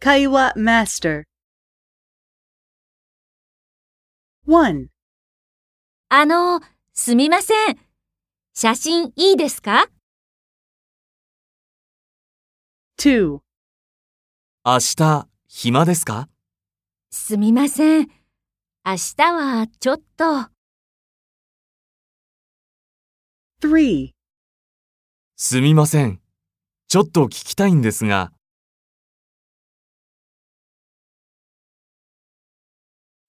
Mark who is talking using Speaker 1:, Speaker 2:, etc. Speaker 1: 会話マスター。1.
Speaker 2: あの、すみません。写真いいですか
Speaker 1: 2.
Speaker 3: 明日、暇ですか
Speaker 2: すみません。明日はちょっと。
Speaker 1: 3.
Speaker 3: すみません。ちょっと聞きたいんですが。